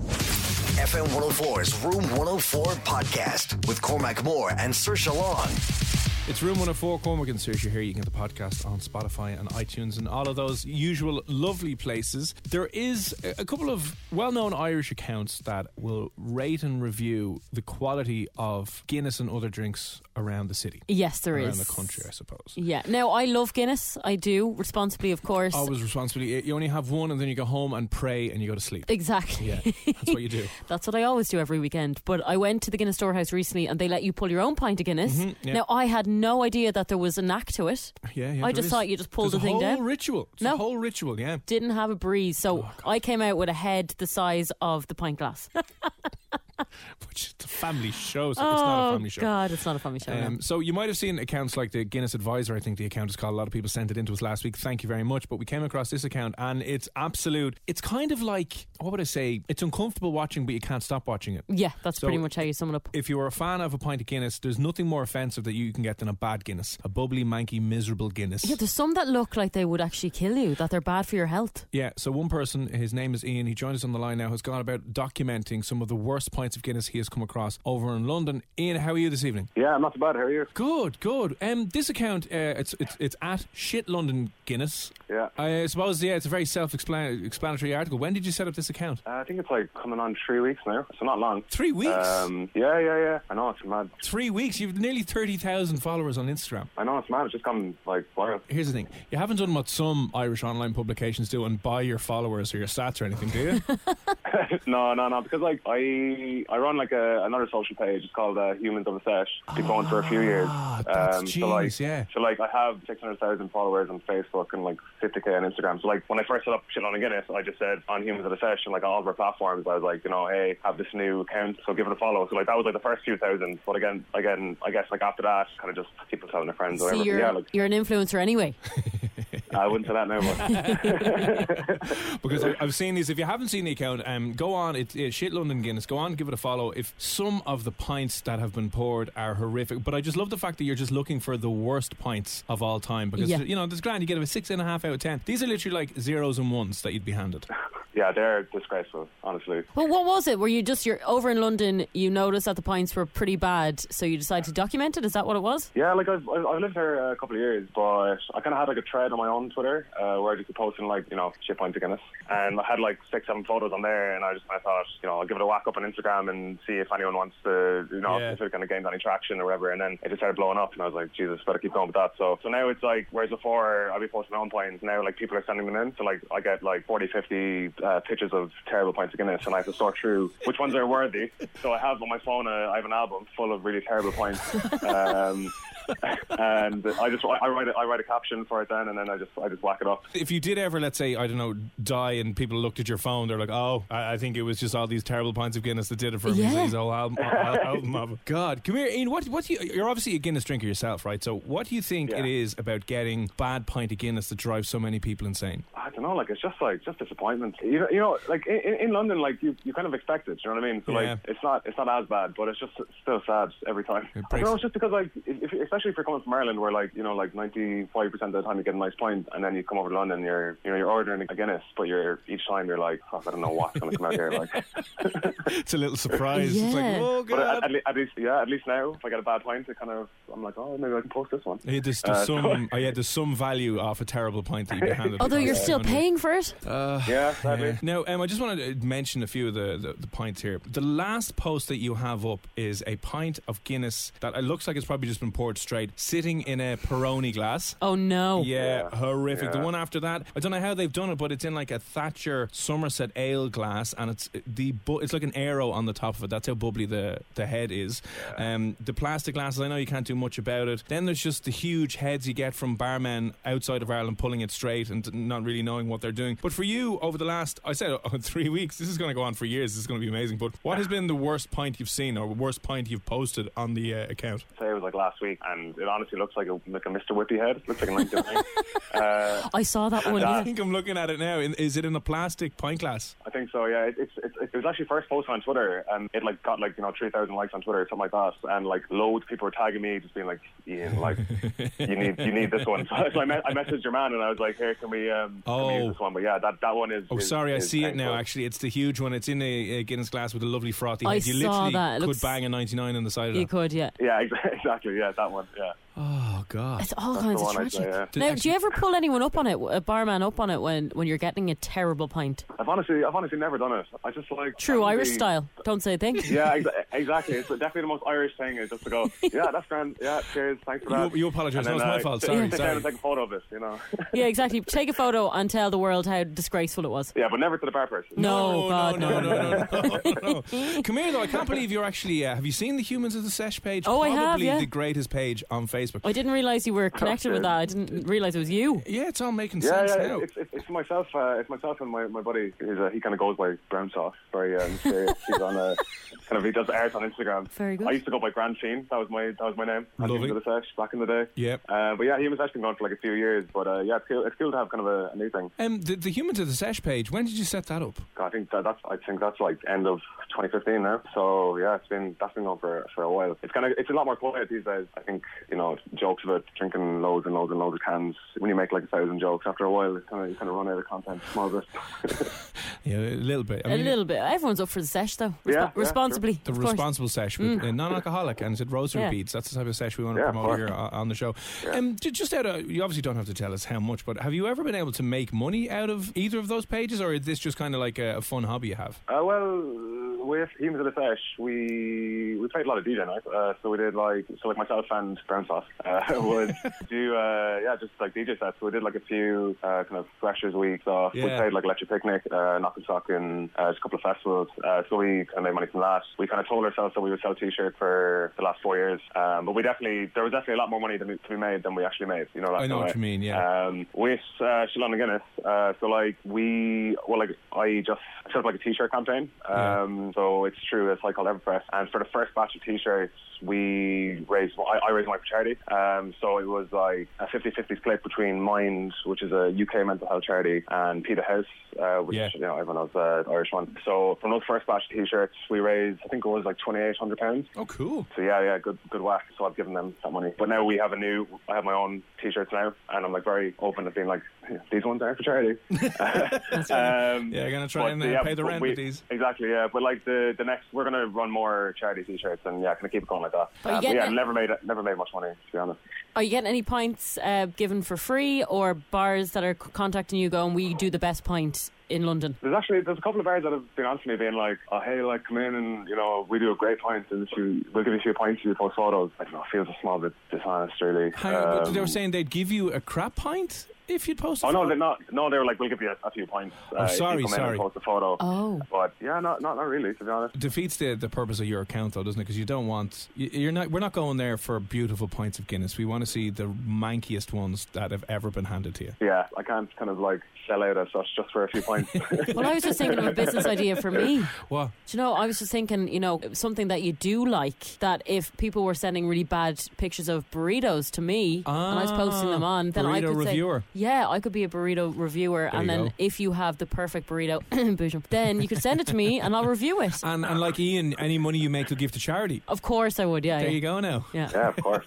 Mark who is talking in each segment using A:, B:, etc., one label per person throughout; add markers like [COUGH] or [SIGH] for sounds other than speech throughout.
A: FM 104's Room 104 podcast with Cormac Moore and Sir Long.
B: It's Room 104, Cormac and Saoirse here. You can get the podcast on Spotify and iTunes and all of those usual lovely places. There is a- a couple of well-known Irish accounts that will rate and review the quality of Guinness and other drinks around the city.
C: Yes, there is
B: around the country, I suppose.
C: Yeah. Now I love Guinness. I do responsibly, of course.
B: Always responsibly. You only have one and then you go home and pray and you go to
C: [LAUGHS]
B: sleep.
C: Exactly.
B: Yeah, that's what you do.
C: That's what I always do every weekend. But I went to the Guinness storehouse recently and they let you pull your own pint of Guinness.
B: Mm-hmm, yeah.
C: Now, I had no idea that there was a knack to it.
B: Yeah, yeah.
C: I
B: there
C: just
B: is.
C: thought you just pulled
B: There's
C: the thing
B: a whole
C: down.
B: ritual. It's
C: No.
B: a whole ritual, yeah. [LAUGHS]
C: Didn't have a breeze.
B: Oh,
C: So I came out with a head the size of the pint glass.
B: Which is a family show, so it's not a
C: oh,
B: family show.
C: God, it's not a family show. no.
B: Um, so you might have seen accounts like the Guinness Advisor. I think the account is called. A lot of people sent it into us last week. Thank you very much. But we came across this account, and it's absolute. It's kind of like what would I say? It's uncomfortable watching, but you can't stop watching it.
C: Yeah, that's
B: So-
C: pretty much how you sum it up.
B: If you're a fan of a pint of Guinness, there's nothing more offensive that you can get than a bad Guinness, a bubbly, manky, miserable Guinness.
C: Yeah, there's some that look like they would actually kill you, that they're bad for your health.
B: Yeah, so one person, his name is Ian, he joined us on the line now, has gone about documenting some of the worst pints of Guinness he has come across over in London. Ian, how are you this evening?
D: Yeah, I'm not so bad. How are you?
B: Good, good. Um, this account, uh, it's, it's it's at shit London Guinness.
D: Yeah.
B: I uh, suppose yeah, it's a very self-explanatory article. When did you set up this account?
D: Uh, I think it's like coming on three weeks now, so not long.
B: Three weeks.
D: Um, yeah, yeah, yeah. I know it's mad.
B: Three weeks. You've nearly thirty thousand followers on Instagram.
D: I know it's mad. It's just gone like viral.
B: Here's the thing: you haven't done what some Irish online publications do and buy your followers or your stats or anything, do you?
D: no, no, no. Because like I, I run like a, another social page. It's called uh, Humans of a Sesh. Been going for a few years.
B: Ah,
D: Um,
B: that's
D: so like,
B: genius, yeah.
D: So like I have 600,000 followers on Facebook and like 50k on Instagram. So like when I first set up shit on Guinness, I just said on Humans of a Sesh and like on all of our platforms, I was like, you know, hey, have this new account, so give it a follow. So like that was like the first few thousand. But again, again, I guess like after that, kind of just people telling their friends or
C: See,
D: whatever.
C: you're,
D: yeah, like
C: you're an influencer anyway.
D: I wouldn't say that now. But.
B: Because I, I've seen these. If you haven't seen the account, um, go on. It's, it's shit London Guinness. Go on, give it a follow. If some of the pints that have been poured are horrific, but I just love the fact that you're just looking for the worst pints of all time. Because
C: Yeah.
B: you know, there's grand. You get a six and a half out of ten. These are literally like zeros and ones that you'd be handed.
D: Yeah, they're disgraceful, honestly.
C: Well, what was it? Were you just you're over in London? You noticed that the pints were pretty bad, so you decided to document it. Is that what it was?
D: Yeah, like I've, I've I've lived here uh, a couple of years, but I kind of had like a thread on my own Twitter uh, where I just be posting like you know shit points of Guinness, and I had like six, seven photos on there, and I just I thought you know I'll give it a whack up on Instagram and see if anyone wants to you know
B: Yeah.
D: if it kind of gains any traction or whatever, and then it just started blowing up, and I was like Jesus, better keep going with that. So so now it's like whereas before I'd be posting my own points, now like people are sending them in, so like I get like 40, 50 uh, pictures of terrible points of Guinness, and I have to sort through which ones are worthy. So I have on my phone uh, I have an album full of really terrible points. Um, and I just I write a, I write a caption for it then, and then I just I just whack it up.
B: If you did ever, let's say, I don't know, die and people looked at your phone, they're like, oh, I, I think it was just all these terrible pints of Guinness that did it for me.
C: Yeah.
B: His whole album, al-
C: [LAUGHS]
B: album of- God, come here, Ian. What, what do you, you're obviously a Guinness drinker yourself, right? So what do you think
D: Yeah.
B: it is about getting bad pint of Guinness that drives so many people insane?
D: I don't know, like it's just like just disappointment. You know, you know, like in, in- in London, like you, you kind of expect it. You know what I mean? So
B: Yeah.
D: like it's not it's not as bad, but it's just still sad every time.
B: It
D: I don't
B: breaks-
D: know, it's just because like if, if especially if you're coming from Ireland, where like you know, like 95 percent of the time you get a nice pint, and then you come over to London, you're you know you're ordering a Guinness, but you're each time you're like, oh, I don't know what's going to come out here.
B: [LAUGHS]
D: Like,
B: It's a little surprise. It's like,
C: Yeah.
B: oh,
D: but at,
B: God.
D: at, le- at least yeah, at least now if I get a bad pint, it kind of I'm like, oh, maybe I can
B: [LAUGHS]
D: post this one.
B: Yeah, there's, there's some, oh, yeah, there's some value off a terrible pint that you've been handed.
C: Although
B: across
C: you're
B: the
C: still
B: counter.
C: paying for it.
D: Yeah, sadly.
B: Now, Em, I just want to mention a few of the, the, the pints here. The last post that you have up is a pint of Guinness that it looks like it's probably just been poured straight, sitting in a Peroni glass.
C: Oh no.
B: Yeah,
D: Yeah.
B: horrific. The
D: Yeah.
B: one after that, I don't know how they've done it, but it's in like a Thatcher Somerset ale glass, and it's uh, the bu- it's like an arrow on the top of it. That's how bubbly the, the head is. Um, the plastic glasses, I know you can't do much about it. Then there's just the huge heads you get from barmen outside of Ireland pulling it straight and not really knowing what they're doing. But for you, over the last, I said [LAUGHS] oh, three weeks, this is going to go on for years. This is going to be amazing. But what
D: [LAUGHS]
B: has been the worst pint you've seen or worst pint you've posted on the uh, account?
D: Say it was like last week, and it honestly looks like a, like a Mr. Whippy head. Looks like
B: [LAUGHS]
D: a 1909. uh,
C: I saw that one.
B: I
C: yeah.
B: think I'm looking at it now. In- Is it in a plastic pint glass?
D: I think so. Yeah, it, it's it's it was actually first posted on Twitter, and it like got like you know three thousand likes on Twitter or something like that, and like loads of people were tagging me, just being like, Ian, like you need you need this one. [LAUGHS] So, I, me- I messaged your man, and I was like, here, can we um can we
B: Oh.
D: use this one? But yeah, that that one is.
B: Oh,
D: is-
B: sorry, I
D: is
B: see it now.
D: painful.
B: Actually, it's the huge one. It's in a, a Guinness glass with a lovely frothy
C: I
B: head. You
C: saw
B: literally
C: that. It
B: could
C: looks-
B: bang a 99 on the side of
C: You
B: it.
C: could, yeah.
D: Yeah, [LAUGHS] ex- exactly. Yeah, that one. Yeah.
B: Oh God!
C: [LAUGHS] It's all
D: That's
C: kinds
D: the
C: of
D: one I'd
C: tragic.
D: say, yeah.
B: Did-
C: now, do
B: actually-
C: you ever pull anyone up on it, a barman up on it when, when you're getting a terrible pint?
D: I've honestly I've honestly never done it. I just like
C: True
D: I'm
C: Irish
D: the-
C: style. Don't say a thing.
D: [LAUGHS] Yeah, ex- exactly. It's definitely the most Irish thing is just
B: [LAUGHS]
D: to go, yeah, that's grand. Yeah, cheers. Thanks for that.
B: You- you apologise. No,
D: And then,
B: it's my
D: uh,
B: fault.
D: sit-
B: Sorry,
D: sit
B: sorry.
D: down and take a photo of this, you know. [LAUGHS]
C: yeah, exactly. Take a photo and tell the world how disgraceful it was.
D: yeah, but never to the bar person.
C: No,
B: Oh,
C: God,
B: no, no, no, no, no,
C: [LAUGHS]
B: no. Come here, though. I can't believe you're actually. Uh, have you seen the Humans of the Sesh page?
C: Oh, I
B: Probably
C: have, yeah.
B: the greatest page on Facebook.
C: I didn't realize you were connected with that. I didn't realize it was you.
B: yeah, it's all making
D: Yeah,
B: sense
D: yeah,
B: now.
D: it's, it's, it's myself. Uh, it's myself and my, my buddy. Is, uh, he kind of goes by Brown Sauce. Very
B: [LAUGHS]
D: uh, mysterious. He's on uh kind of he does art on Instagram.
C: Very good.
D: I used to go by Grand Sheen. That was my that was my name. at
B: Lovely.
D: the sesh back in the day.
B: Yep.
D: Uh, but yeah, he was actually gone for like a few years. But uh, yeah, it's cool, it's cool to have kind of a, a new thing.
B: Um, the, the Humans of the Sesh page. When did you set that up?
D: God, I think that, that's I think that's like end of 2015 now. So yeah, it's been that's been on for for a while. It's kind of it's a lot more quiet these days. I think you know jokes about drinking loads and loads and loads of cans. When you make like a thousand jokes, after a while, it kind of you kind of run out of content. Small bit. [LAUGHS]
B: Yeah, a little bit. I
C: A
B: mean,
C: little bit. Everyone's up for the sesh, though. Respo-
D: Yeah, yeah, sure.
C: responsibly.
B: The
C: of course. Mm.
B: responsible sesh with uh, non-alcoholic and said rosary
C: Yeah.
B: beads. That's the type of sesh we want to
D: Yeah, of
B: promote
D: course.
B: here o- on the show. Um, ju- just out of, you obviously don't have to tell us how much, but have you ever been able to make money out of either of those pages, or is this just kind of like a, a fun hobby you have?
D: Uh, well, with Hemes of the Sesh, we we played a lot of DJ nights. Uh, so we did like so like myself and Brown Sauce uh, [LAUGHS] would do uh, yeah just like DJ sets. So we did like a few uh, kind of freshers weeks off. We
B: Yeah.
D: played like Electric Picnic, uh, Knock and Sock, and uh, just a couple of festivals. Uh, so we kind of made money from that. We kind of told ourselves that we would sell T-shirt for the last four years, um, but we definitely there was definitely a lot more money to be, to be made than we actually made. You know, that
B: I know
D: kind
B: what
D: of way.
B: you mean, yeah.
D: Um, with uh, Shalana Guinness, uh, so like we well like I just set up like a T-shirt campaign.
B: Yeah.
D: Um, So it's true. It's like called Everpress, and for the first batch of T-shirts, we raised. I, I raised money for charity. Um, so it was like a 50-50 split between Mind, which is a UK mental health charity, and Peter House, uh, which
B: Yeah.
D: you know everyone knows uh, Irish one. So from those first batch of T-shirts, we raised. I think it was like twenty eight hundred pounds.
B: Oh, cool.
D: So yeah, yeah, good, good whack. So I've given them that money. But now we have a new. I have my own T-shirts now, and I'm like very open to being like, these ones aren't for
B: [LAUGHS]
D: charity. [LAUGHS] um,
B: Yeah, gonna try
D: but,
B: and, uh, pay the
D: but
B: rent
D: we-
B: with these.
D: Exactly, yeah. But like the the next, we're gonna run more charity T-shirts, and yeah, gonna keep it going like that.
C: But you
D: Uh,
C: get
D: yeah,
C: that-
D: never made never made much money to be honest.
C: Are you getting any pints uh, given for free or bars that are c- contacting you going, we do the best pint in London?
D: There's actually there's a couple of bars that have been on to me being like, oh hey, like come in and you know we do a great pint, and if you we'll give you a few pints, you post photos. I don't know, it feels a small bit dishonest, really.
B: How, but they were
D: Um,
B: saying they'd give you a crap pint if you'd post. a
D: Oh no,
B: photo.
D: they're not. No, they were like, we'll give you a, a few points. uh, if you
B: Oh, sorry,
D: come in
B: sorry.
D: and post a photo.
C: Oh.
D: But yeah, not not not really, to be honest.
B: defeats the, the purpose of your account though doesn't it because you don't want y- you're not we're not going there for beautiful pints of Guinness we want to see the mankiest ones that have ever been handed to you
D: Yeah, I can't kind of like sell out as such just for a
B: [LAUGHS]
D: few points. [LAUGHS]
C: Well, I was just thinking of a business idea for me.
B: what
C: Do you know, I was just thinking, you know, something that you do like that if people were sending really bad pictures of burritos to me and I was posting them on, then I
B: Ah, burrito
C: could
B: reviewer.
C: say, yeah, I could be a burrito reviewer,
B: There
C: and
B: you
C: then
B: go.
C: if you have the perfect burrito, [COUGHS] Boojum, then you could send it to me, and I'll review it.
B: [LAUGHS] And, and like Ian, any money you make, you'll give to charity.
C: Of course, I would. Yeah,
B: There
C: yeah.
B: you go now.
C: yeah.
D: Yeah, of course.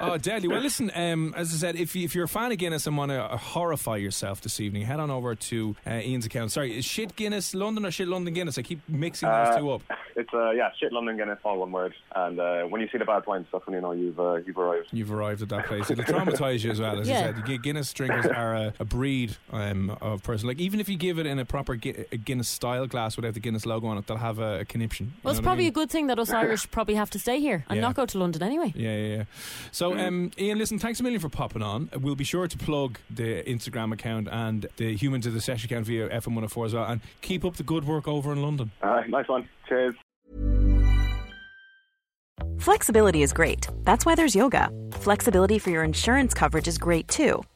B: Oh, deadly. Well, listen, um, as I said, if, you, if you're a fan of Guinness and want to uh, horrify yourself this evening, head on over to uh, Ian's account. Sorry, is shit Guinness London or shit London Guinness? I keep mixing those
D: Uh,
B: two up.
D: It's uh, yeah, shit London Guinness, all one word. And uh, when you see the bad points, that's when you know you've uh, you've arrived.
B: You've arrived at that [LAUGHS] place. It'll traumatise you as well. As I
C: Yeah.
B: said, Gu- Guinness drinkers are a, a breed um, of person. Like even if you give it in a proper Gu- a Guinness style glass without the Guinness logo on it, they'll have a, a conniption. You
C: Well, it's
B: know what I
C: probably
B: mean?
C: a good thing that us Irish probably have to stay here and
B: Yeah.
C: not go to London anyway.
B: Yeah, yeah, yeah. So, um, Ian, listen, thanks a million for popping on. We'll be sure to plug the Instagram account and the Human to the Sesh account via FM104 as well. And keep up the good work over in London.
D: All right, nice one. Cheers.
E: Flexibility is great. That's why there's yoga. Flexibility for your insurance coverage is great too.